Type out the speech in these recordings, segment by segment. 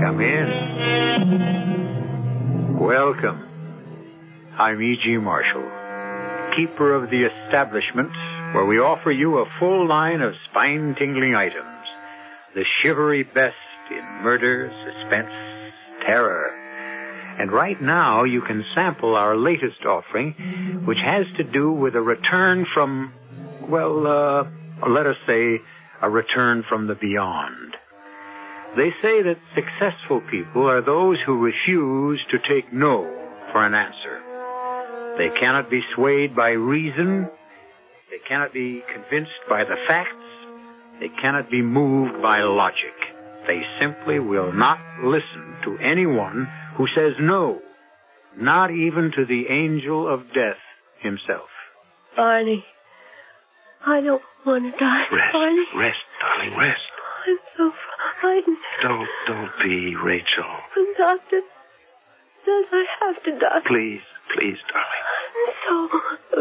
Come in. Welcome. I'm E.G. Marshall, keeper of the establishment where we offer you a full line of spine tingling items, the shivery best in murder, suspense, terror. And right now you can sample our latest offering, which has to do with a return from, well, uh, let us say, a return from the beyond. They say that successful people are those who refuse to take no for an answer. They cannot be swayed by reason. They cannot be convinced by the facts. They cannot be moved by logic. They simply will not listen to anyone who says no, not even to the angel of death himself. Barney. I don't want to die. Barney. rest, darling, rest. I'm so frightened. Don't, don't be, Rachel. The doctor says I have to die. Please, please, darling. I'm so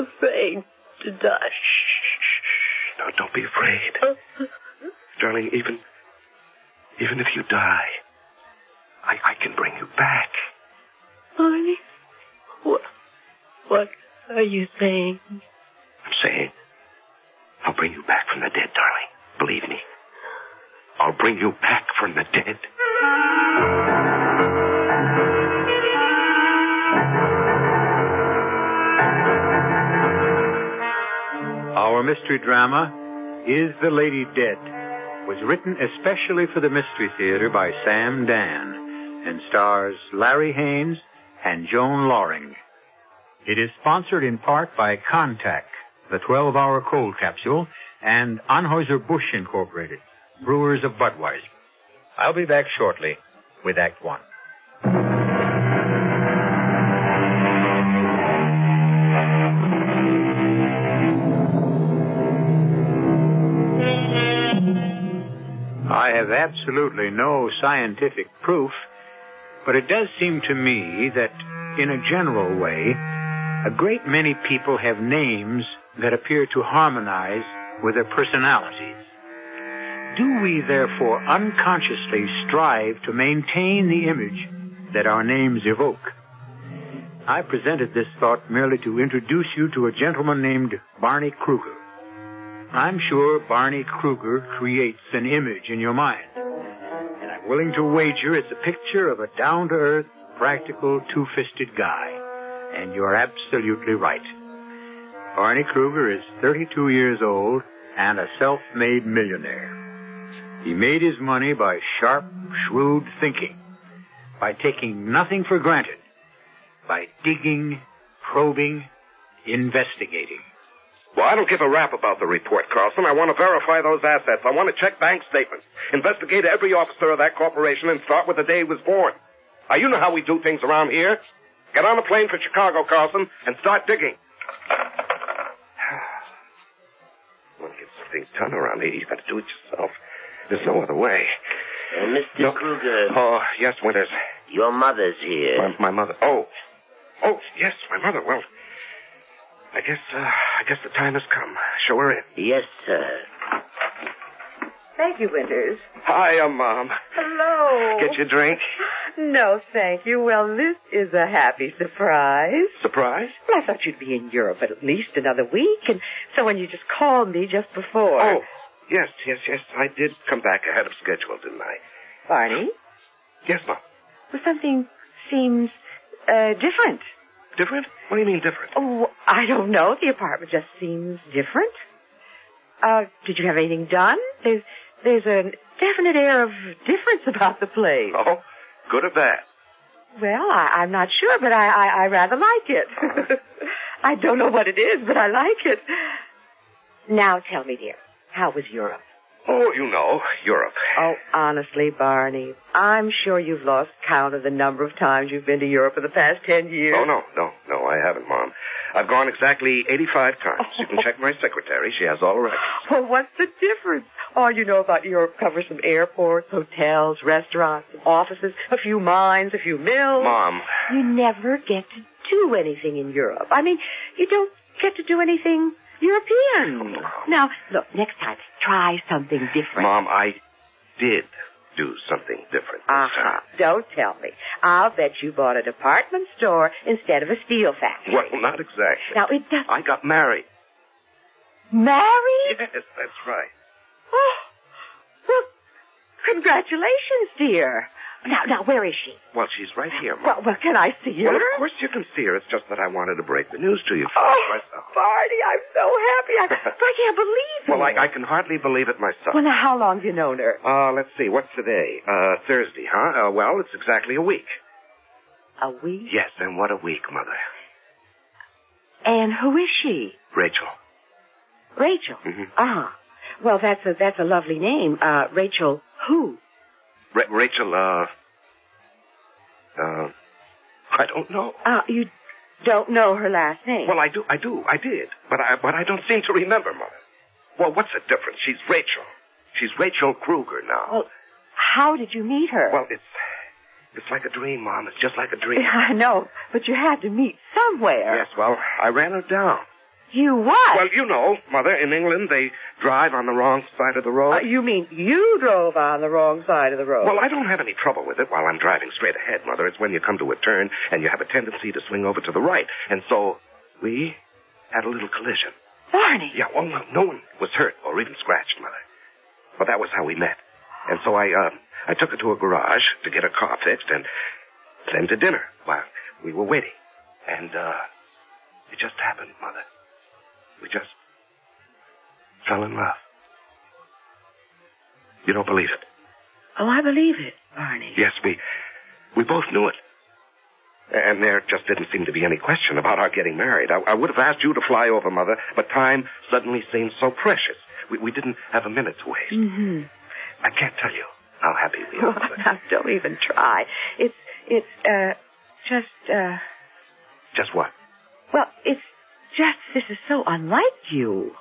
afraid to die. No, don't be afraid. darling, even, even if you die, I, I can bring you back. Barney, what, what are you saying? I'm saying, I'll bring you back from the dead, darling. Believe me. I'll bring you back from the dead. Our mystery drama, Is the Lady Dead, was written especially for the Mystery Theater by Sam Dan and stars Larry Haynes and Joan Loring. It is sponsored in part by Contact, the 12 hour cold capsule, and Anheuser Busch Incorporated, brewers of Budweiser. I'll be back shortly with Act One. I have absolutely no scientific proof, but it does seem to me that, in a general way, a great many people have names that appear to harmonize with their personalities. Do we therefore unconsciously strive to maintain the image that our names evoke? I presented this thought merely to introduce you to a gentleman named Barney Kruger. I'm sure Barney Kruger creates an image in your mind. And I'm willing to wager it's a picture of a down to earth, practical, two fisted guy. And you're absolutely right. Barney Kruger is 32 years old and a self made millionaire. He made his money by sharp, shrewd thinking, by taking nothing for granted, by digging, probing, investigating. Well, I don't give a rap about the report, Carlson. I want to verify those assets. I want to check bank statements, investigate every officer of that corporation, and start with the day he was born. Now, you know how we do things around here. Get on a plane for Chicago, Carlson, and start digging. want to get some things done around here. You've got to do it yourself. There's no other way. Uh, Mr. No. Kruger, Oh, yes, Winters. your mother's here. My, my mother. Oh. Oh, yes, my mother. Well, I guess, uh, I guess the time has come. Show her in. Yes, sir. Thank you, Winters. Hiya, uh, Mom. Hello. Get your drink. No, thank you. Well, this is a happy surprise. Surprise? Well, I thought you'd be in Europe at least another week, and so when you just called me just before. Oh, yes, yes, yes. I did come back ahead of schedule, didn't I? Barney, Yes, Mom. well, something seems uh, different. Different? What do you mean different? Oh, I don't know. The apartment just seems different. Uh, did you have anything done? There's there's a definite air of difference about the place. Oh, good or bad? Well, I, I'm not sure, but I, I, I rather like it. I don't know what it is, but I like it. Now tell me, dear, how was Europe? Oh, you know, Europe. Oh, honestly, Barney, I'm sure you've lost count of the number of times you've been to Europe in the past ten years. Oh, no, no, no, I haven't, Mom. I've gone exactly 85 times. You can check my secretary. She has all the records. Well, what's the difference? All you know about Europe covers some airports, hotels, restaurants, offices, a few mines, a few mills. Mom, You never get to do anything in Europe. I mean, you don't get to do anything European. Now, look, next time, try something different. Mom, I did do something different this Uh-huh. Don't tell me. I'll bet you bought a department store instead of a steel factory. time. Well, not exactly. Now, it doesn't... I got married. Married? Yes, that's right. Oh, well, congratulations, dear. Now, now, where is she? Well, she's right here, Mom. Well, well, can I see her? Well, of course you can see her. It's just that I wanted to break the news to you first Oh, myself. Barney, I'm so happy. I, I can't believe it. Well, I, I can hardly believe it myself. Well, now, how long have you known her? Uh, let's see. What's today? Uh, Thursday, huh? Uh, well, it's exactly a week. A week. Yes, and what a week, Mother. And who is she? Rachel. Rachel. Mhm. Ah. Well, that's a that's a lovely name. Uh, Rachel who? Ra- Rachel, uh, uh, I don't know. Uh, you don't know her last name. Well, I do, I do, I did, but I, but I don't seem to remember, Mother. Well, what's the difference? She's Rachel. She's Rachel Kruger now. Well, how did you meet her? well, it's, it's like a dream, Mom. It's just like a dream. I know, but you had to meet somewhere. Yes, well, I ran her down. You what? Well, you know, Mother, in England they drive on the wrong side of the road. Uh, you mean you drove on the wrong side of the road? Well, I don't have any trouble with it while I'm driving straight ahead, Mother. It's when you come to a turn and you have a tendency to swing over to the right. And so we had a little collision. Barney. Yeah, well, no, no one was hurt or even scratched, Mother. But that was how we met. And so I, uh, I took her to a garage to get her car fixed and then to dinner while we were waiting. And, uh, it just happened, Mother. We just fell in love. You don't believe it? Oh, I believe it, Barney. Yes, we we both knew it. And there just didn't seem to be any question about our getting married. I, I would have asked you to fly over, Mother, but time suddenly seemed so precious. We, we didn't have a minute to waste. Mm-hmm. I can't tell you how happy we Oh, are. Mother. now, don't even try. It's it's uh just uh Just what? well, it's just this is so unlike you.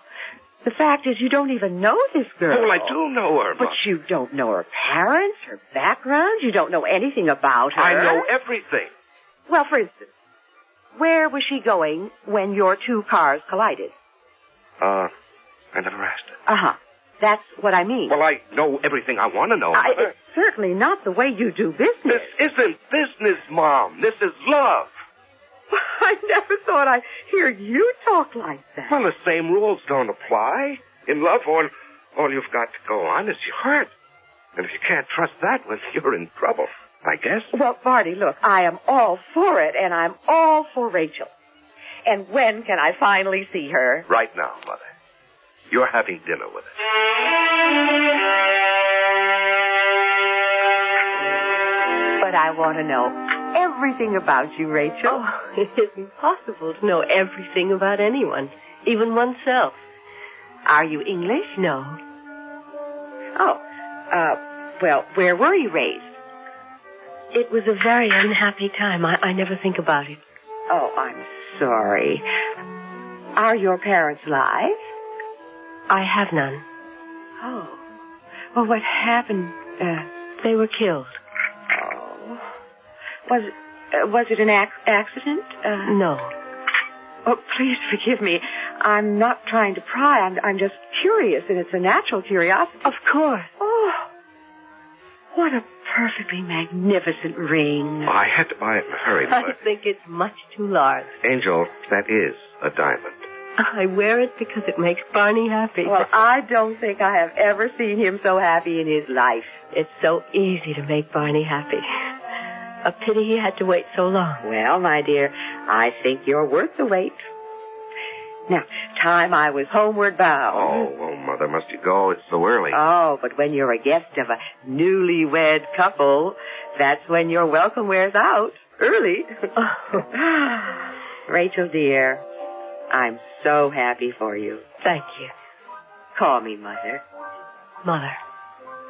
The fact is you don't even know this girl. Well, I do know her, But Mother. you don't know her parents, her background, you don't know anything about her. I know everything. Well, for instance, where was she going when your two cars collided? Uh, I never asked her. Uh-huh. That's what I mean. Well, I know everything I want to know, I, Mother. it's certainly not the way you do business. This isn't business, Mom. This is love. I never thought I'd hear you talk like that. Well, the same rules don't apply. In love, all, all you've got to go on is your heart. And if you can't trust that, well, you're in trouble, I guess. Well, Barty, look, I am all for it, and I'm all for Rachel. And when can I finally see her? Right now, Mother. You're having dinner with us. But I want to know everything about you, Rachel. Oh, it is impossible to know everything about anyone, even oneself. Are you English? No. Oh, uh, well, where were you raised? It was a very unhappy time. I, I never think about it. Oh, I'm sorry. Are your parents alive? I have none. Oh. Well, what happened? Uh, They were killed. oh. Was it, uh, was it an ac- accident? Uh, No. Oh, please forgive me. I'm not trying to pry. I'm, I'm just curious, and it's a natural curiosity. Of course. Oh, what a perfectly magnificent ring. I had to buy it in a hurry, I Mother. think it's much too large. Angel, that is a diamond. I wear it because it makes Barney happy. Well, I don't think I have ever seen him so happy in his life. It's so easy to make Barney happy. A pity he had to wait so long. Well, my dear, I think you're worth the wait. Now, time I was homeward bound. Oh, oh, Mother, must you go? It's so early. Oh, but when you're a guest of a newlywed couple, that's when your welcome wears out. Early. Rachel, dear, I'm so happy for you. Thank you. Call me, Mother. Mother.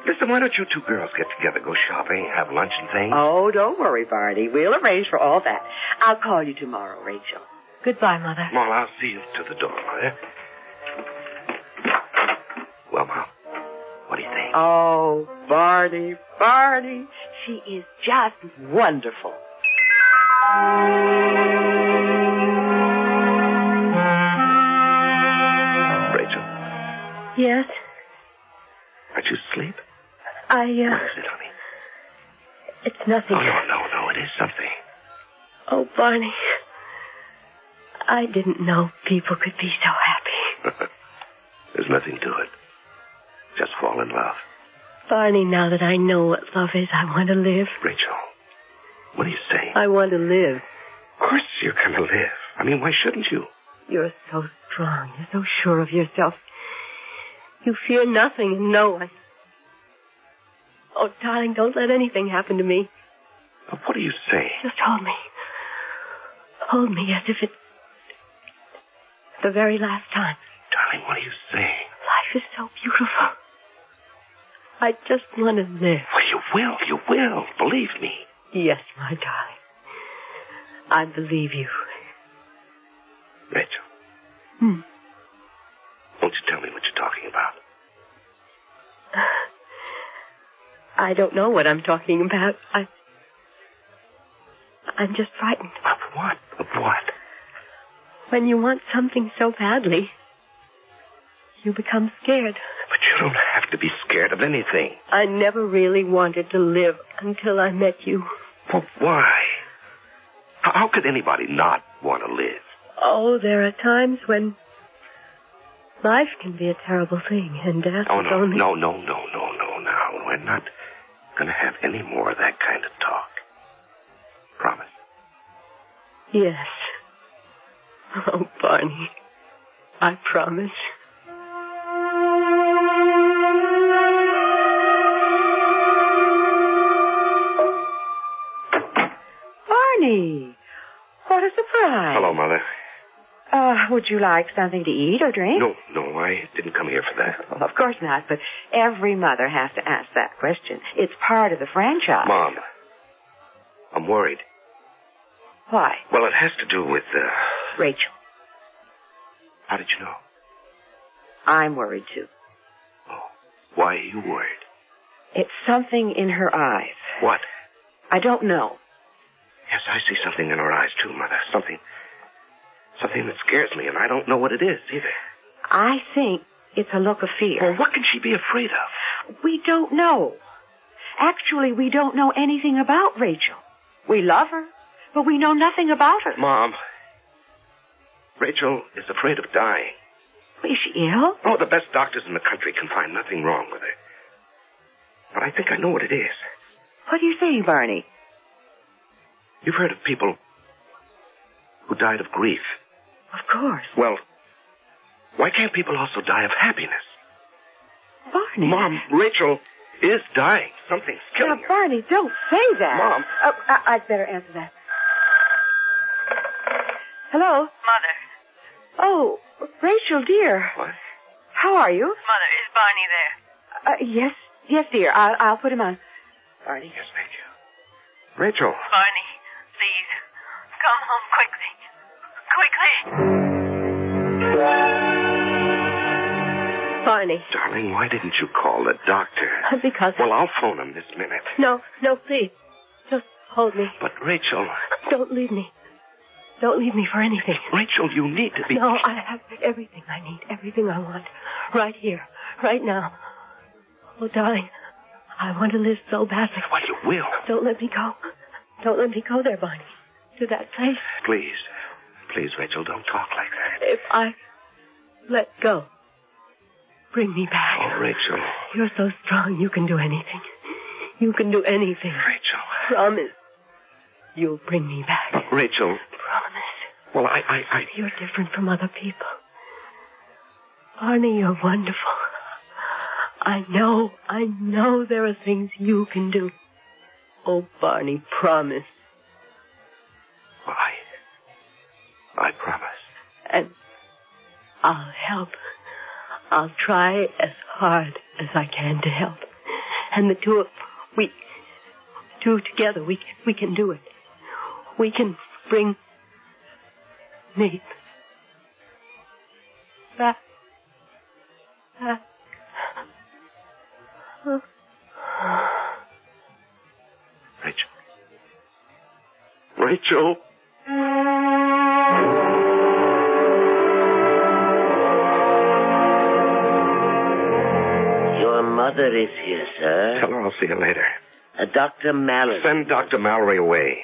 Listen, why don't you two girls get together, go shopping, have lunch and things? Oh, don't worry, Barney. We'll arrange for all that. I'll call you tomorrow, Rachel. Goodbye, Mother. Well, I'll see you to the door, Mother. Well, Mom, what do you think? Oh, Barney, Barney. She is just wonderful. Rachel, Yes, aren't you asleep? I, What uh, is it, honey? it's nothing. Oh, no, no, no, it is something. Oh, Barney. I didn't know people could be so happy. There's nothing to it. Just fall in love. Barney, now that I know what love is, I want to live. Rachel, what do you say? I want to live. Of course you're going to live. I mean, why shouldn't you? You're so strong. You're so sure of yourself. You fear nothing and no one. Oh, darling, don't let anything happen to me. But what do you say? Just hold me. Hold me as if it's the very last time. Darling, what do you say? Life is so beautiful. I just want to live. Well, you will. You will. Believe me. Yes, my darling. I believe you. Rachel, Hmm. won't you tell me what you're talking about? I don't know what I'm talking about. I. I'm just frightened. Of what? Of what? When you want something so badly, you become scared. But you don't have to be scared of anything. I never really wanted to live until I met you. Well, why? How, how could anybody not want to live? Oh, there are times when life can be a terrible thing, and death Oh, is no, only. no, no, no, no, no, no. We're not going to have any more of that kind of talk. Promise. Yes. Oh, Barney, I promise. Barney, what a surprise. Hello, Mother. Uh, would you like something to eat or drink? No, no, I didn't come here for that. Well, of course not, but every mother has to ask that question. It's part of the franchise. Mom, I'm worried. Why? Well, it has to do with, uh, Rachel, how did you know? I'm worried too. Oh, why are you worried? It's something in her eyes. What? I don't know. Yes, I see something in her eyes, too, Mother. Something, something that scares me, and I don't know what it is either. I think it's a look of fear. Well, what can she be afraid of? We don't know. Actually, we don't know anything about Rachel. We love her, but we know nothing about her. Mom, Rachel is afraid of dying. Is she ill? Oh, the best doctors in the country can find nothing wrong with her. But I think I know what it is. What do you say, Barney? You've heard of people who died of grief. Of course. Well, why can't people also die of happiness? Barney. Mom, Rachel is dying. Something's Now, killing her. Barney, don't say that. Mom. Oh, I- I'd better answer that. Hello? Mother. Oh, Rachel, dear. What? How are you? Mother, is Barney there? Uh, yes, yes, dear. I'll, I'll put him on. Barney. Yes, thank you. Rachel. Barney, please. Come home quickly. Quickly. Barney. Darling, why didn't you call the doctor? Because. Well, I'll phone him this minute. No, no, please. Just hold me. But Rachel, Don't leave me. Don't leave me for anything. Rachel, you need to be. No, I have everything I need, everything I want, right here, right now. Oh, darling, I want to live so badly. Well, you will. Don't let me go. Don't let me go there, Barney. To that place. Please, please, Rachel, don't talk like that. If I let go, bring me back. Oh, Rachel, You're so strong, you can do anything. You can do anything. Rachel, Promise. You'll bring me back. Rachel. Promise. Well, I, I, I. You're different from other people. Barney, you're wonderful. I know, I know there are things you can do. Oh, Barney, promise. Well, I. I promise. And I'll help. I'll try as hard as I can to help. And the two of we two together we we can do it. We can bring Nate back. back. Rachel. Rachel. Your mother is here, sir. Tell her I'll see her later. Uh, Dr. Mallory. Send Dr. Mallory away.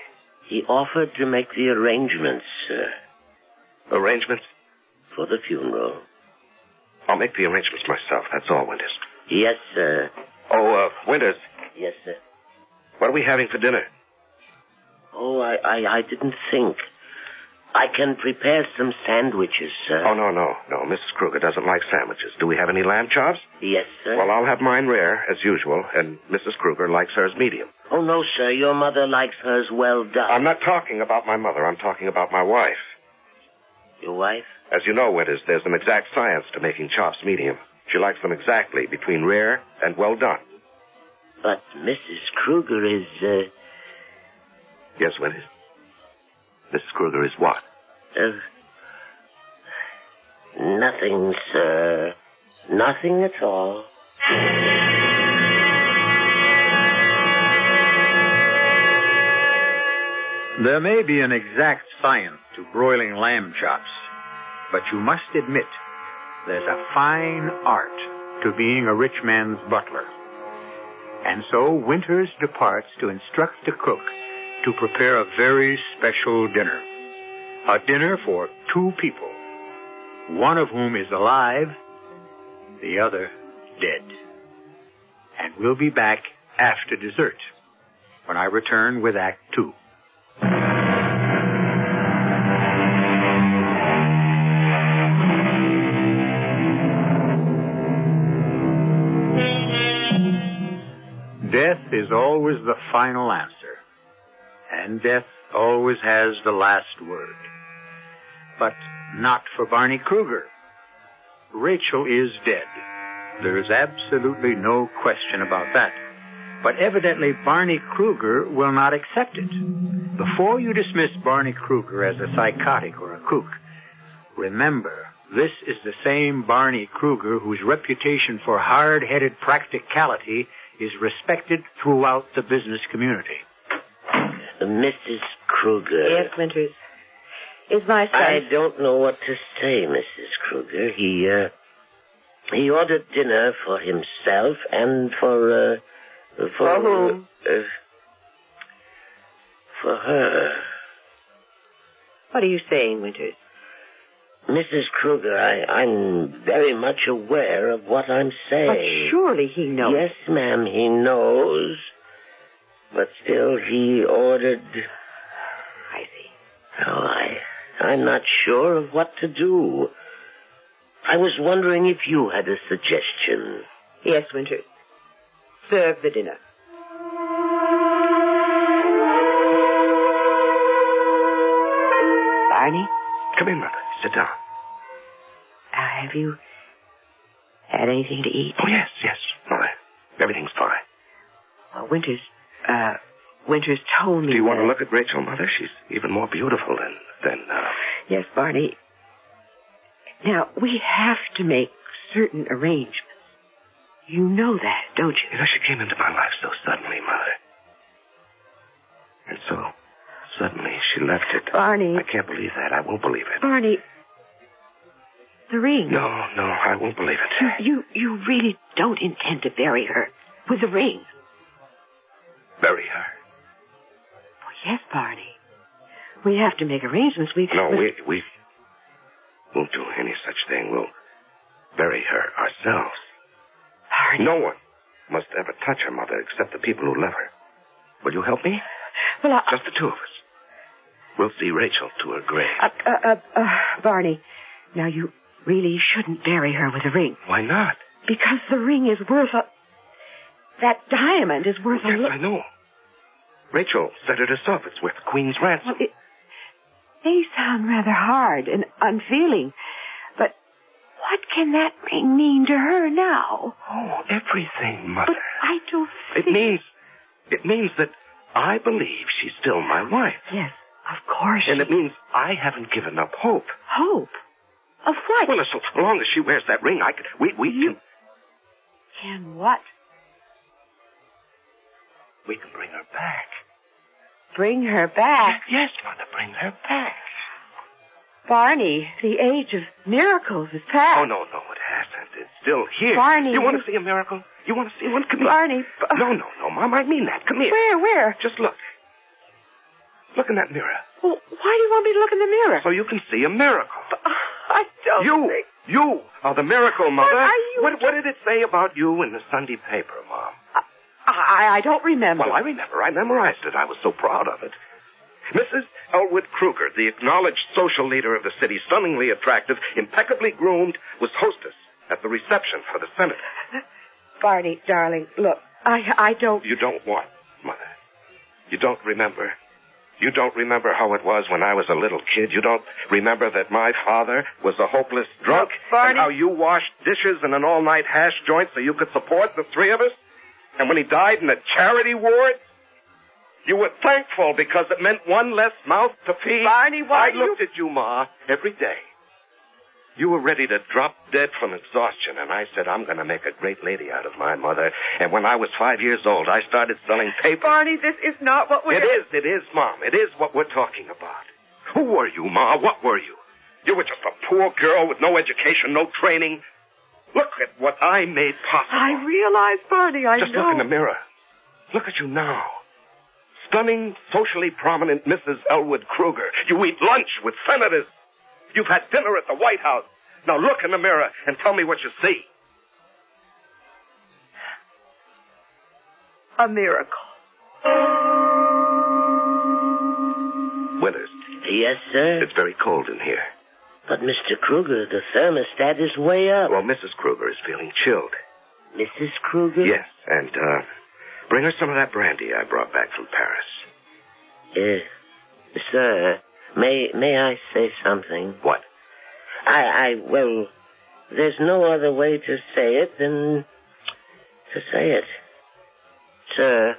He offered to make the arrangements, sir, Arrangements? for the funeral. I'll make the arrangements myself. That's all, Winters. Yes, sir. Oh, uh, Winters, Yes, sir. what are we having for dinner? Oh, I, I, I didn't think. I can prepare some sandwiches, sir. Oh, no, no, no. Mrs. Kruger doesn't like sandwiches. Do we have any lamb chops? Yes, sir. Well, I'll have mine rare, as usual, and Mrs. Kruger likes hers medium. oh, no, sir. Your mother likes hers well done. I'm not talking about my mother. I'm talking about my wife. Your wife? As you know, Winters, there's an exact science to making chops medium. She likes them exactly between rare and well done. But Mrs. Kruger is, uh, Yes, Winters? Mrs. Kruger is what? Uh, nothing, sir. Nothing at all. There may be an exact science to broiling lamb chops, but you must admit there's a fine art to being a rich man's butler. And so Winters departs to instruct the cook to prepare a very special dinner. A dinner for two people, one of whom is alive, the other dead. And we'll be back after dessert when I return with Act Two. Death is always the final answer, and death always has the last word. But not for Barney Kruger. Rachel is dead. There is absolutely no question about that. But evidently, Barney Kruger will not accept it. Before you dismiss Barney Kruger as a psychotic or a kook, remember, this is the same Barney Kruger whose reputation for hard-headed practicality is respected throughout the business community. Mrs. Uh, Kruger. Yes, Winters. Is my son. I don't know what to say, Mrs. Kruger. He, uh, he ordered dinner for himself and for, uh, for, For whom? Uh, for her. What are you saying, Winters? Mrs. Kruger, I, I'm very much aware of what I'm saying. But surely he knows. Yes, ma'am, he knows. But still, he ordered. I see. Oh, I, I'm not sure of what to do. I was wondering if you had a suggestion. Yes, Winters. Serve the dinner. Barney, Come in, Mother. Sit down. uh, have you had anything to eat? Oh, yes, yes, Mother. Everything's fine. Uh, Winters, uh, Winters told me. Do you want that- to look at Rachel, Mother? She's even more beautiful than than. Uh... Yes, Barney. Now, we have to make certain arrangements. You know that, don't You you? know, she came into my life so suddenly, Mother. And so suddenly she left it. Barney. I can't believe that. I won't believe it. Barney, the ring. No, no, I won't believe it. You, you really don't intend to bury her with the ring. Bury her. Oh, yes, Barney. We have to make arrangements. We No, we we won't do any such thing. We'll bury her ourselves. Barney. No one must ever touch her, Mother, except the people who love her. Will you help me? Well, I, Just the two of us. We'll see Rachel to her grave. uh, uh, uh, uh, Barney, now you really shouldn't bury her with a ring Why not? because the ring is worth a. That diamond is worth Yes, a. lo- I know. Rachel said it herself. It's worth the Queen's ransom. Well, it, they sound rather hard and unfeeling, but why What can that ring mean to her now? Oh, everything, Mother. But I don't It think... means it means that I believe she's still my wife. Yes, of course. And it means I haven't given up hope. Hope. Of what? Well, so long as she wears that ring, I could we we can Can what? we can bring her back. Bring her back. Yes, Mother, bring her back. Barney, the age of miracles is past. Oh no, no, it hasn't. It's still here. Barney, you want to see you- a miracle? You want to see one? Come here. Barney. Bar- No, no, no, Mom. I mean that. Come here. Where, where? Just look. Look in that mirror, Well, why do you want me to look in the mirror? so you can see a miracle. I don't You, think... you are the miracle mother. are you- What, what did it say about you in the Sunday paper, Mom? I, I don't remember. Well, I remember. I memorized it. I was so proud of it. Mrs. Elwood Kruger, the acknowledged social leader of the city, stunningly attractive, impeccably groomed, was hostess at the reception for the senator. Barney, darling, look, I, I don't... You don't want, Mother. You don't remember. You don't remember how it was when I was a little kid. You don't remember that my father was a hopeless drunk and how you washed dishes in an all-night hash joint so you could support the three of us. And when he died in a charity ward, you were thankful because it meant one less mouth to feed. Barney, why I do looked at you, Ma, every day. You were ready to drop dead from exhaustion, and I said, I'm going to make a great lady out of my mother. And when I was five years old, I started selling paper. Barney, this is not what we're... It is, it is, Mom. It is what we're talking about. Who were you, Ma? What were you? You were just a poor girl with no education, no training. Look at what I made possible. I realize, Barney, I Just know. look in the mirror. Look at you now. Stunning, socially prominent Mrs. Elwood Kruger. You eat lunch with senators. You've had dinner at the White House. Now look in the mirror and tell me what you see. A miracle. Withers, Yes, sir. it's very cold in here. But, Mr. Kruger, the thermostat is way up. Well, Mrs. Kruger is feeling chilled. Mrs. Kruger? Yes, and uh, bring her some of that brandy I brought back from Paris. Eh, sir, may, may I say something? What? I, I, well, there's no other way to say it than to say it. Sir,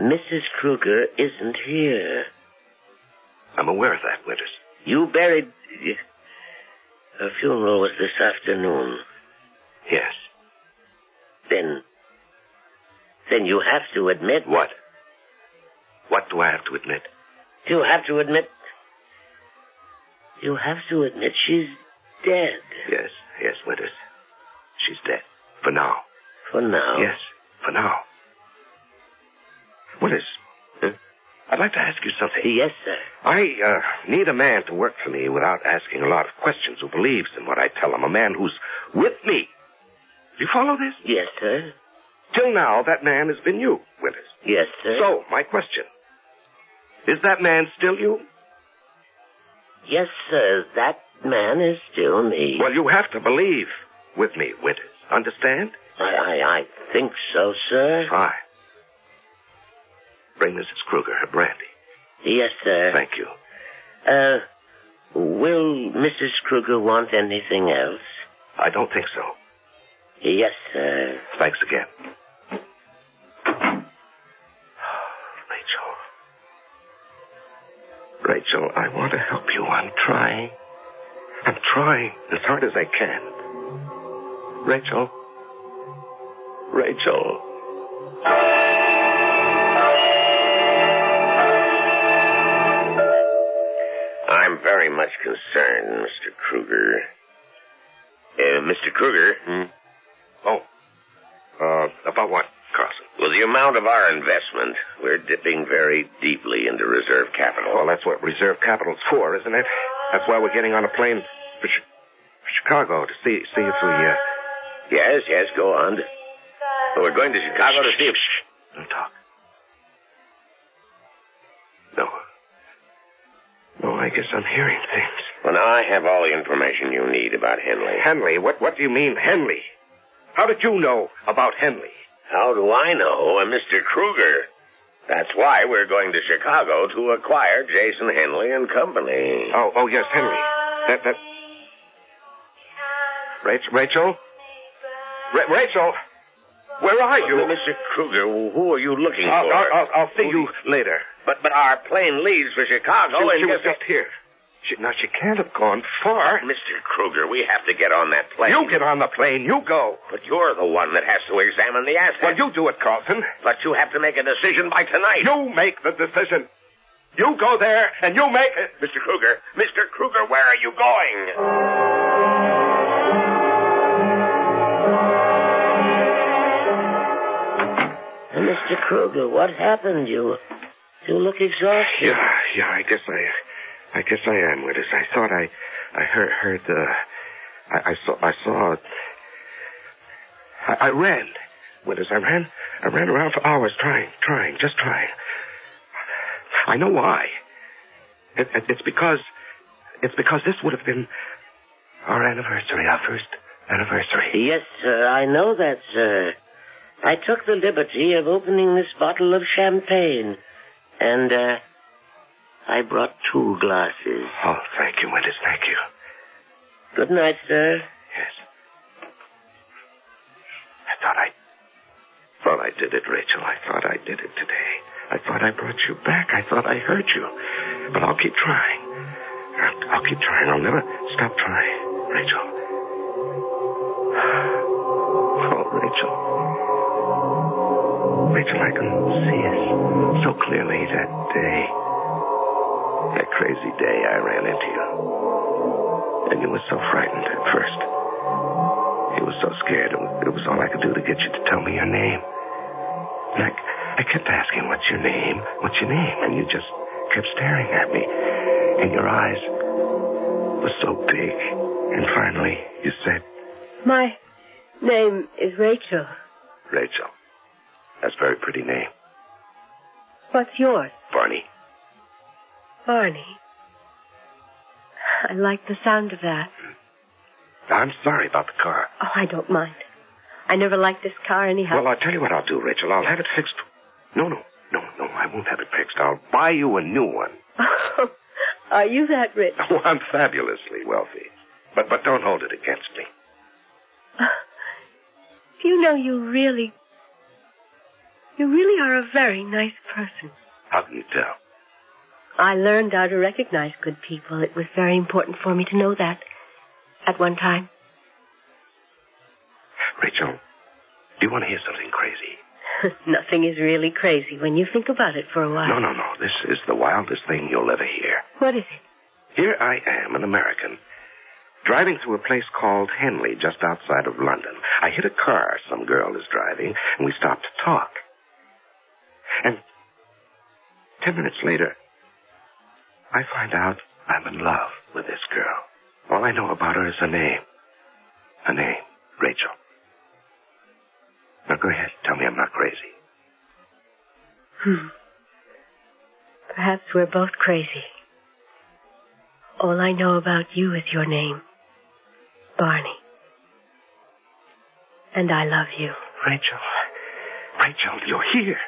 Mrs. Kruger isn't here. I'm aware of that, Winters. You buried. Her funeral was this afternoon. Yes. Then. Then you have to admit. What? What do I have to admit? You have to admit. You have to admit she's dead. Yes, yes, Winters. She's dead. For now. For now. Yes, for now. Willis, Huh? I'd like to ask you something. Hmm? Yes, sir. I uh, need a man to work for me without asking a lot of questions who believes in what I tell him, a man who's with me. Do you follow this? Yes, sir. Till now, that man has been you, Winters. Yes, sir. So, my question is that man still you? Yes, sir. That man is still me. Well, you have to believe with me, Winters. Understand? I, I, I think so, sir. Fine. Bring Mrs. Kruger her brandy. Yes, sir. Thank you. Uh, will Mrs. Kruger want anything else? I don't think so. Yes, sir. Thanks again. Rachel. Rachel, I want to help you. I'm trying. I'm trying as hard as I can. Rachel. Rachel. I'm very much concerned, Mr. Kruger. Uh, Mr. Kruger, Oh. Uh, about what, Carlson? well, the amount of our investment, we're dipping very deeply into reserve capital. Well, that's what reserve capital's for, isn't it? That's why we're getting on a plane for, Chi- for Chicago to see see if we. Uh... yes, yes, go on. We're going to Chicago to see if... Don't talk. No. No, I guess I'm hearing things. Well, now I have all the information you need about Henley. Henley, what what do you mean, Henley? How did you know about Henley? How do I know? And Mr. Kruger. That's why we're going to Chicago to acquire Jason Henley and Company. Oh, oh yes, Henley. That that Rachel? Rachel? Ra- Rachel? Where are you? Mr. Kruger, who are you looking I'll, for? I'll, I'll, I'll see you later. But but our plane leaves for Chicago She- and she was gets- just here. She, now, she can't have gone far. Mr. Kruger, we have to get on that plane. You get on the plane. You go. But you're the one that has to examine the assets. Well, you do it, Carlson. But you have to make a decision by tonight. You make the decision. You go there and you make it. Mr. Kruger, Mr. Kruger, where are you going? Now, Mr. Kruger, what happened? You, you look exhausted. Yeah, yeah, I guess I, I guess I am, Willis. I thought I, I heard, heard, uh, I, I saw, I saw, I, I ran, Willis. I ran, I ran around for hours trying, trying, just trying. I know why. It, it, it's because, it's because this would have been our anniversary, our first anniversary. Yes, sir, I know that, sir. I took the liberty of opening this bottle of champagne, and, uh, I brought two glasses. Oh, thank you, Willis. Thank you. Good night, sir. Yes. I thought I thought I did it, Rachel. I thought I did it today. I thought I brought you back. I thought I hurt you. But I'll keep trying. I'll, I'll keep trying. I'll never stop trying, Rachel. Oh, Rachel. Rachel, I can see it so clearly that day. That crazy day I ran into you. And you were so frightened at first. You were so scared. It was, it was all I could do to get you to tell me your name. And I, I kept asking, what's your name? What's your name? And you just kept staring at me. And your eyes were so big. And finally, you said, My name is Rachel. Rachel. That's a very pretty name. What's yours? Barney. Barney. I like the sound of that. I'm sorry about the car. Oh, I don't mind. I never liked this car anyhow. Well, I'll tell you what I'll do, Rachel. I'll have it fixed. No, no, no, no. I won't have it fixed. I'll buy you a new one. Are you that rich? Oh, I'm fabulously wealthy. But but don't hold it against me. Do you know you really, you really are a very nice person. How can you tell? I learned how to recognize good people. It was very important for me to know that at one time. Rachel, do you want to hear something crazy? Nothing is really crazy when you think about it for a while. No, no, no. This is the wildest thing you'll ever hear. What is it? Here I am, an American, driving through a place called Henley, just outside of London. I hit a car some girl is driving, and we stopped to talk. And ten minutes later, I find out I'm in love with this girl. All I know about her is her name. Her name, Rachel. Now go ahead, tell me I'm not crazy. Hmm. Perhaps we're both crazy. All I know about you is your name, Barney. And I love you. Rachel, Rachel, you're here.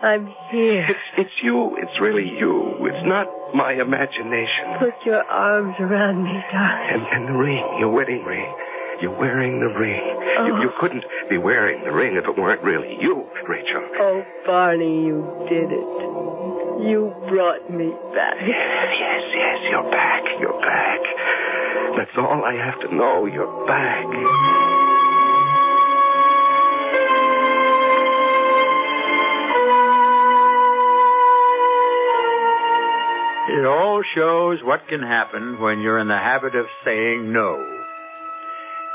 I'm here. It's, it's you. It's really you. It's not my imagination. Put your arms around me, darling. And, and the ring, your wedding ring. You're wearing the ring. Oh. You, you couldn't be wearing the ring if it weren't really you, Rachel. Oh, Barney, you did it. You brought me back. Yes, yes, yes. You're back. You're back. That's all I have to know. You're back. Oh, It all shows what can happen when you're in the habit of saying no.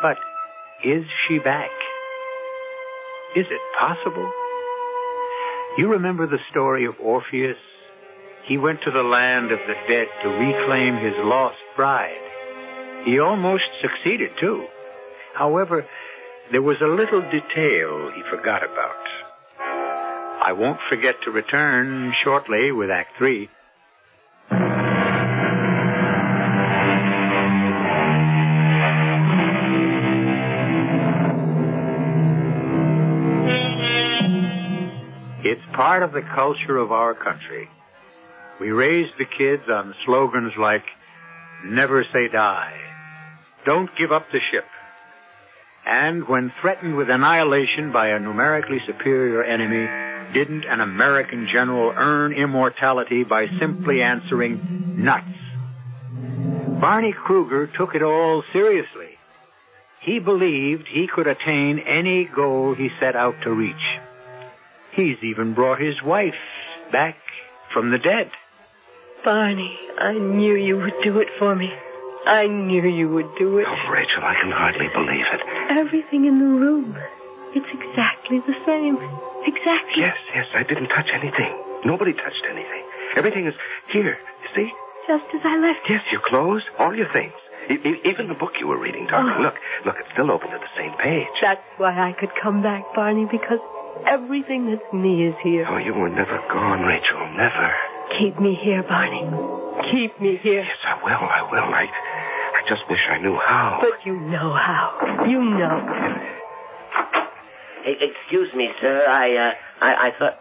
But is she back? Is it possible? You remember the story of Orpheus? He went to the land of the dead to reclaim his lost bride. He almost succeeded, too. However, there was a little detail he forgot about. I won't forget to return shortly with Act Three. It's part of the culture of our country. We raise the kids on slogans like, never say die, don't give up the ship, and when threatened with annihilation by a numerically superior enemy, didn't an American general earn immortality by simply answering nuts? Barney Kruger took it all seriously. He believed he could attain any goal he set out to reach. He's even brought his wife back from the dead. Barney, I knew you would do it for me. I knew you would do it. Oh, Rachel, I can hardly believe it. Everything in the room. It's exactly the same. Exactly. Yes, yes, I didn't touch anything. Nobody touched anything. Everything is here. You see? Just as I left it. Yes, your clothes, all your things. E- e- even the book you were reading, darling. Oh. Look, look, it's still open to the same page. That's why I could come back, Barney, because everything that's me is here. Oh, you were never gone, Rachel. Never. Keep me here, Barney. Keep me here. Yes, I will. I will. I, I just wish I knew how. But you know how. You know. E- excuse me, sir. I, uh, I, I thought,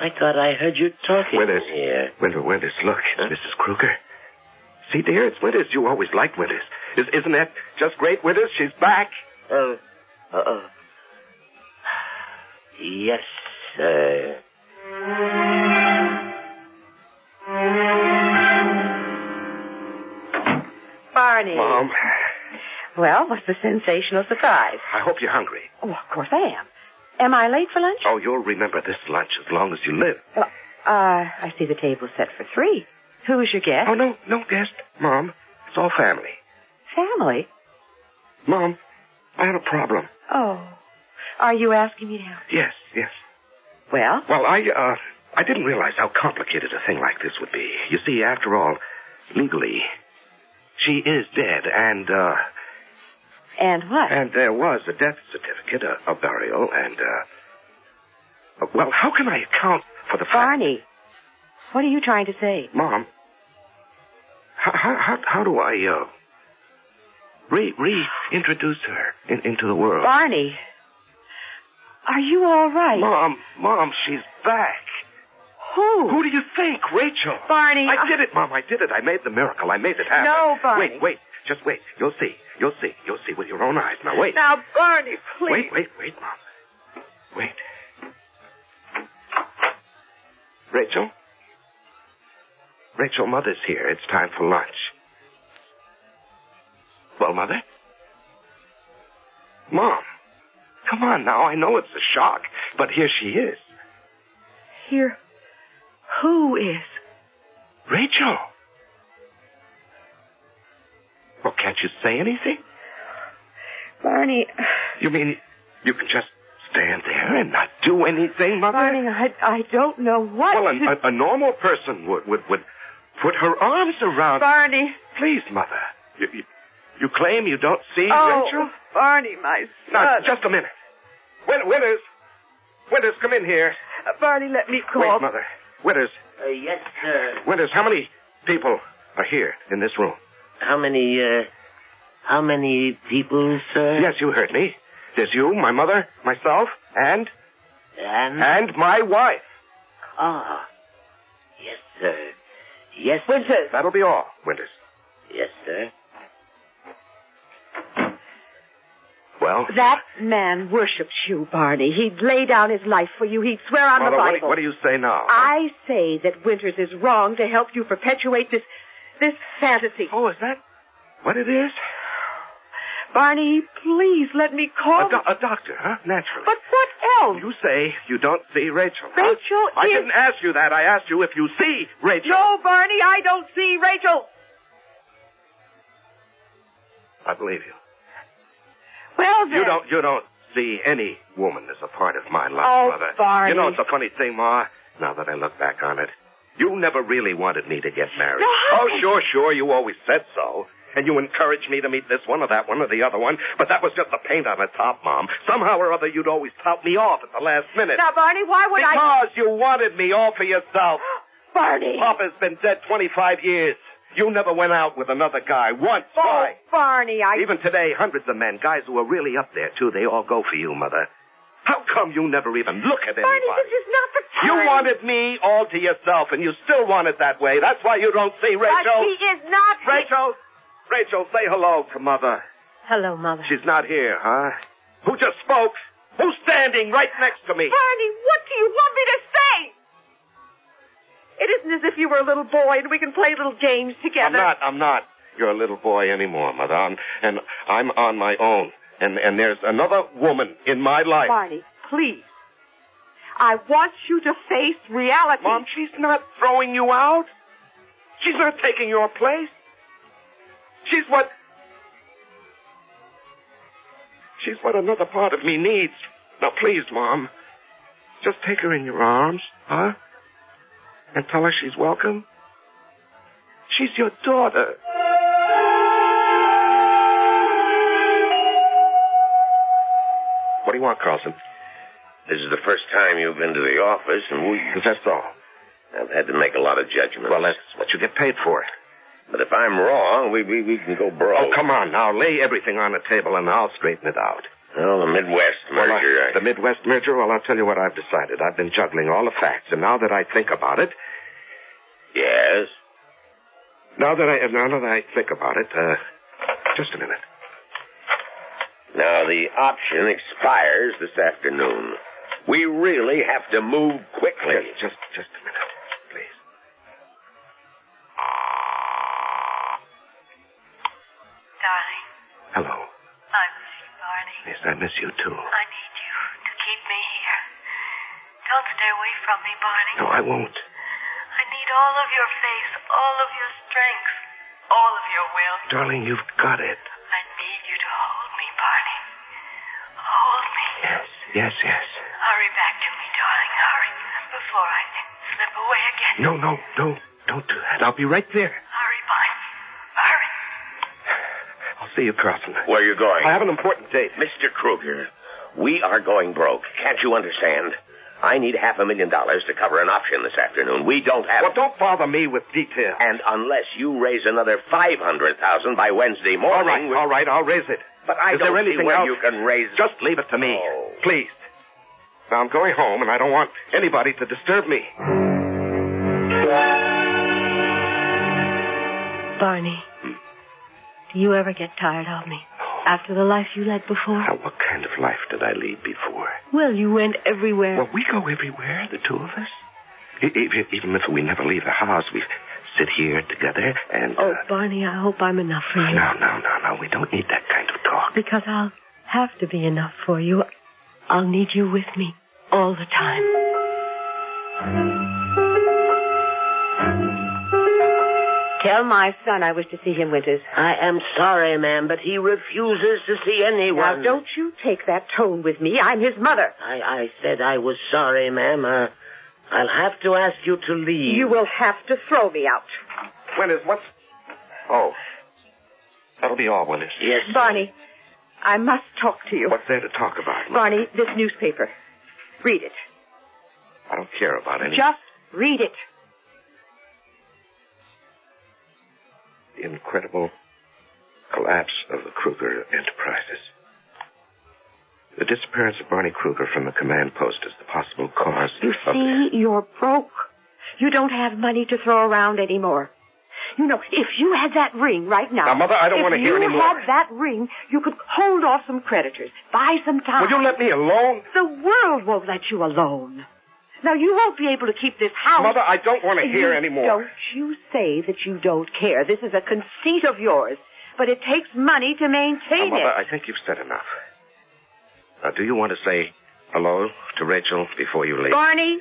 I thought I heard you talking Withers. here. Winter, Winters, look, it's Mrs. Kruger. See, dear, it's Winters. You always liked Winters. Is, isn't that just great, Winters? She's back. Oh, uh-oh. Yes, sir. Barney. Mom, Well, what's the sensational surprise? I hope you're hungry. Oh, of course I am. Am I late for lunch? Oh, you'll remember this lunch as long as you live. Well, uh, I see the table's set for three. Who's your guest? Oh, no, no guest. Mom, it's all family. Oh. Family. Mom, I had a problem. Oh. Are you asking me now? Yes, yes. Well, Well, I, uh, I didn't realize how complicated a thing like this would be. You see, after all, legally, she is dead, and, uh, and what? and there was a death certificate, a, a burial, and, uh, uh, well, how can I account for the fact... Barney, what are you trying to say? Mom, how, how, how, how do I, uh, re, reintroduce her in, into the world? Barney, are you all right? Mom, Mom, she's back. Who? Who do you think? Rachel. Barney, I I- did it, Mom. I did it. I made the miracle. I made it happen. No, Barney. Wait, wait. Just wait. You'll see. You'll see. You'll see with your own eyes. Now, wait. Now, Barney, please. wait, wait, wait, Mom. Wait. Rachel? Rachel, Mother's here. It's time for lunch. Well, Mother? Mom, come on now. I know it's a shock, but here she is. Here. Who is? Rachel. Well, can't you say anything? Barney, uh, You mean you can just stand there and not do anything, Mother? Barney, I, I don't know what well, to... a, a, a normal person would, would, would put her arms around. Barney. Please, Mother. You, you, you claim you don't see Oh, uh, Rachel? Barney, my son. Now, just a minute. Win- Winters. Winters, come in here. Uh, Barney, let me call. Wait, Mother. Winters. Uh, yes, sir. Winters, how many people are here in this room? How many, uh, how many people, Uh, sir? Yes, you heard me. There's you, my mother, myself, and And? and my wife. Ah. Yes, sir. Yes, Winters. That'll be all, Winters. Yes, sir. Well, That man worships you, Barney. He'd lay down his life for you. He'd swear on Mother, the what, do, Bible. what do you say now? I say that Winters is wrong to help you perpetuate this, this fantasy. Oh, is that what it is? Barney, please let me call. A, do- a doctor, huh? Naturally. Oh. but what else? you say you don't see Rachel. huh? Rachel I is- didn't ask you that. I asked you if you see Rachel. No, Barney, I don't see Rachel. I believe you. Well, then. You don't. You don't see any woman as a part of my life, Oh, mother. Barney. You know it's a funny thing, Ma. Now that I look back on it, you never really wanted me to get married. No, I- Oh, sure, sure. You always said so. And you encouraged me to meet this one or that one or the other one, but that was just the paint on the top, Mom. Somehow or other, you'd always tout me off at the last minute. Now, Barney, why would I? because you wanted me all for yourself. Barney. Papa's been dead 25 years. You never went out with another guy once. Oh, Why? Barney, I. Even today, hundreds of men, guys who are really up there, too, they all go for you, Mother. How come you never even look at Barney, anybody? this is not the You time. wanted me all to yourself, and you still want it that way. That's why you don't see But Rachel. he is not. Rachel! Rachel, say hello to Mother. Hello, Mother. She's not here, huh? Who just spoke? Who's standing right next to me? Barney, what do you want me to say? It isn't as if you were a little boy and we can play little games I'm together. not, I'm not your little boy anymore, Mother. I'm, and I'm on my own. And, and there's another woman in my life. Barney, please. I want you to face reality. Mom, she's not throwing you out. She's not taking your place. She's what. She's what another part of me needs. Now, please, Mom, just take her in your arms, huh? And tell her she's welcome. She's your daughter. What do you want, Carlson? This is the first time you've been to the office, and we. That's all. I've had to make a lot of judgments. Well, that's what you get paid for. But if I'm wrong, we, we, we can go broke. Oh, come on now. Lay everything on the table and I'll straighten it out. Well, the Midwest merger. Well, I- I- the Midwest merger, well, I'll tell you what I've decided. I've been juggling all the facts, and now that I think about it, Yes. now that I now that I think about it, uh, just a minute. Now, the option expires this afternoon. We really have to move quickly. Just, just, just a minute, please. Darling, Hello. I miss you, Barney. Yes, I miss you too. I need you to keep me here. Don't stay away from me, Barney. No, I won't. I need all of your face, all of your strength, all of your will. Darling, you've got it. I need you to hold me, Barney. Hold me. Yes, yes, yes. Hurry back to me, darling. Hurry before I slip away again. No, no, no, don't do that. I'll be right there. Hurry, Barney. Hurry. I'll see you, Carlson. Where are you going? I have an important date. Mr. Kruger, we are going broke. Can't you understand? I need half a million dollars to cover an option this afternoon. We don't have Well, it. don't bother me with details. And unless you raise another five hundred thousand by Wednesday morning, All right, we- all right, I'll raise it. But I Is don't there see anything where else? you can raise. Just leave it to me, Oh. please. Now I'm going home, and I don't want anybody to disturb me. Barney, do you ever get tired of me? Uh-huh. After the life you led before? Now, what kind of life did I lead before? Well, you went everywhere. Well, we go everywhere, the two of us. E- e- Even if we never leave the house, we sit here together and. oh, uh, Barney, I hope I'm enough for you. no, no, no, no. We don't need that kind of talk. Because I'll have to be enough for you. I'll need you with me all the time. Tell my son I wish to see him, Winters. I am sorry, ma'am, but he refuses to see Now, anyone. don't you take that tone with me. I'm his mother. I, I said I was sorry, ma'am. Uh, I'll have to ask you to leave. You will have to throw me out. Winters, what's. Oh. That'll be all, Winters. Yes. sir. Barney, I must talk to you. What's there to talk about? Barney, this newspaper. Read it. I don't care about any. Just read it. The incredible collapse of the Kruger Enterprises. The disappearance of Barney Kruger from the command post is the possible cause You of see, you're broke. You don't have money to throw around anymore. You know, if you had that ring right now. Now, Mother, I don't if wanna hear you any more. had that ring, you could hold off some creditors, buy some time. Will you let me alone? The world won't let you alone. Now, you won't be able to keep this house. Mother, I don't want to hear Oh. You- any more. Don't you say that you don't care. This is a conceit of yours. But it takes money to Now, Oh, maintain Mother, it. I think you've said enough. Now, do you want to say hello to Rachel before you leave? Barney,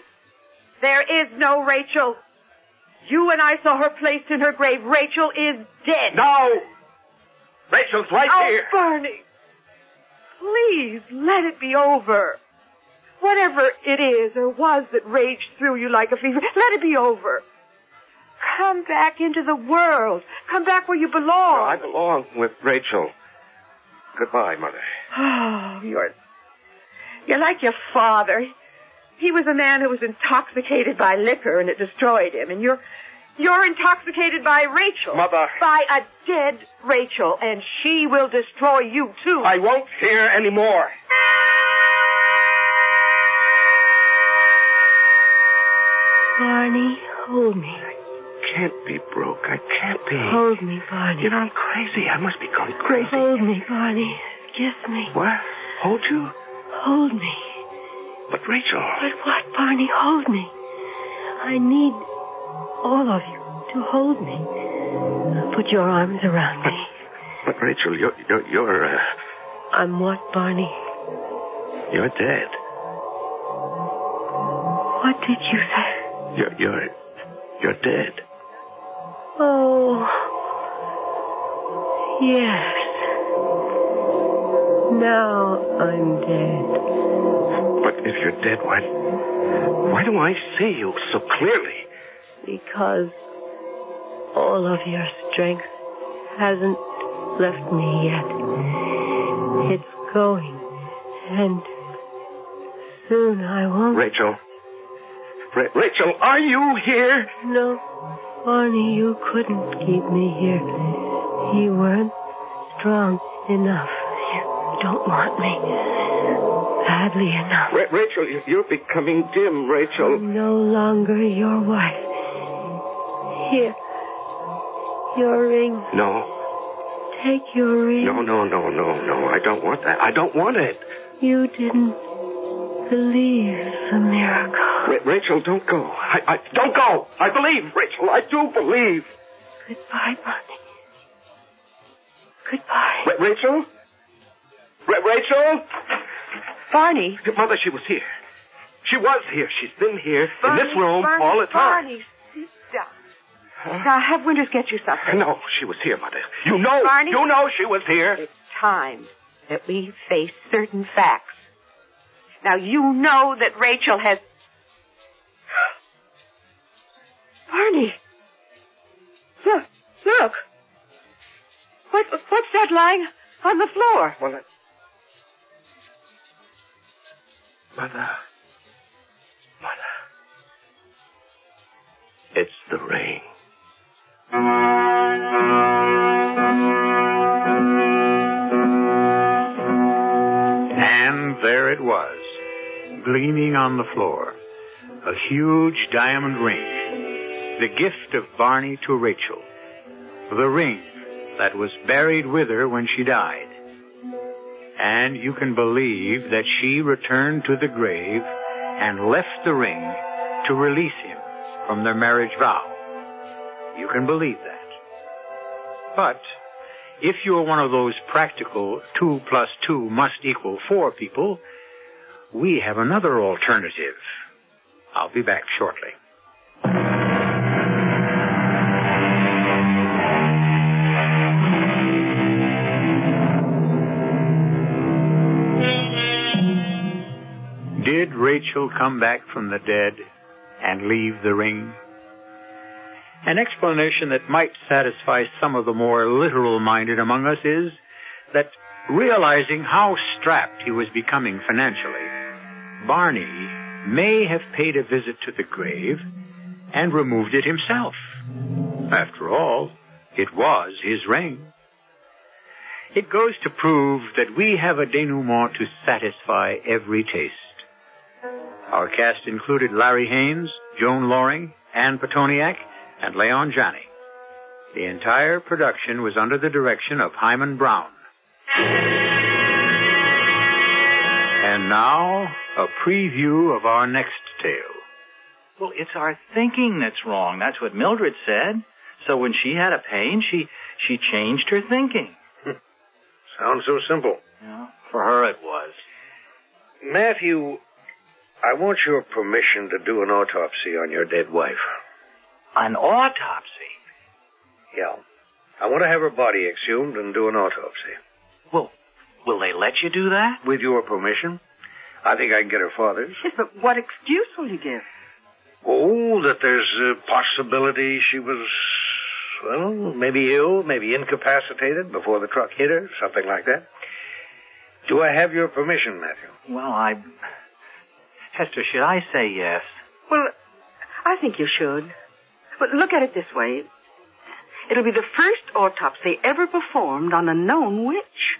there is no Rachel. You and I saw her placed in her grave. Rachel is dead. No! Rachel's right oh, here. Barney, please let it be over. Whatever it is or was that raged through you like a fever, let it be over. Come back into the world. Come back where you belong. I belong with Rachel. Goodbye, Mother. Oh, you're you're like your father. He was a man who was intoxicated by liquor and it destroyed him, and you're you're intoxicated by Rachel. Mother. By a dead Rachel, and she will destroy you too. I won't hear any more. Barney, hold me. can't be broke. I can't be. Hold me, Barney. You know, I'm crazy. I must be going crazy. Hold me, Barney. Kiss me. What? Hold you? Hold me. But, Rachel. But what, Barney? Hold me. I need all of you to hold me. Put your arms around me. But, Rachel, you're. You're. you're uh, I'm what, Barney? You're dead. What did you say? You're. You're. You're dead. Oh. Yes. Now I'm dead. But if you're dead, why. Why do I see you so clearly? Because all of your strength hasn't left me yet. It's going. And soon I won't. Rachel. Ra- Rachel, are you here? No, Barney, you couldn't keep me here. You weren't strong enough. You don't want me badly enough. Ra- Rachel, you- you're becoming dim, Rachel. I'm no longer your wife. Here, your ring. No, Take your ring. no, no, no, no, no. I don't want that. I don't want it. You didn't believe the miracle. Ra- Rachel, don't go. I, I don't go. I believe, Rachel. I do believe. Goodbye, Barney. Goodbye. Ra- Rachel. Ra- Rachel. Barney. Your mother, she was here. She was here. She's been here Barney, in this room Barney, all the time. Barney, sit down. Now, have Winters get you something. No, she was here, mother. You know. Barney? You know she was here. It's time that we face certain facts. Now, you know that Rachel has. Barney! Look, look! What, what's that lying on the floor? Well, that... Mother. Mother. It's the ring. And there it was, gleaming on the floor. A huge diamond ring. The gift of Barney to Rachel. The ring that was buried with her when she died. And you can believe that she returned to the grave and left the ring to release him from their marriage vow. You can believe that. But if you're one of those practical two plus two must equal four people, we have another alternative. I'll be back shortly. Did Rachel come back from the dead and leave the ring? An explanation that might satisfy some of the more literal minded among us is that realizing how strapped he was becoming financially, Barney may have paid a visit to the grave and removed it himself. After all, it was his ring. It goes to prove that we have a denouement to satisfy every taste. Our cast included Larry Haynes, Joan Loring, Ann Petoniak, and Leon Janney. The entire production was under the direction of Hyman Brown. And now, a preview of our next tale. Well, it's our thinking that's wrong. That's what Mildred said. So when she had a pain, she she changed her thinking. Sounds so simple. Yeah, for her it was. Matthew, I want your permission to do an autopsy on your dead wife. An autopsy. Yeah. I want to have her body exhumed and do an autopsy. Well, will they let you do that? With your permission? I think I can get her father's. Yes, but what excuse will you give? Oh, that there's a possibility she was, well, maybe ill, maybe incapacitated before the truck hit her, something like that. Do I have your permission, Matthew? Well, I. Hester, should I say yes? Well, I think you should. But look at it this way. It'll be the first autopsy ever performed on a known witch.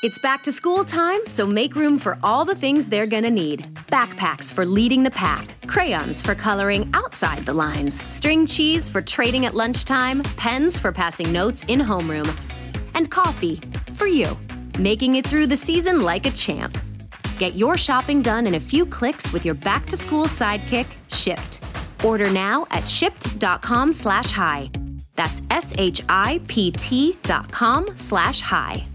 It's back to school time, so make room for all the things they're gonna need. Backpacks for leading the pack, crayons for coloring outside the lines, string cheese for trading at lunchtime, pens for passing notes in homeroom, and coffee for you, making it through the season like a champ. Get your shopping done in a few clicks with your back to school sidekick, Shipped. Order now at shipped.com slash high. That's S H I P T dot com slash high.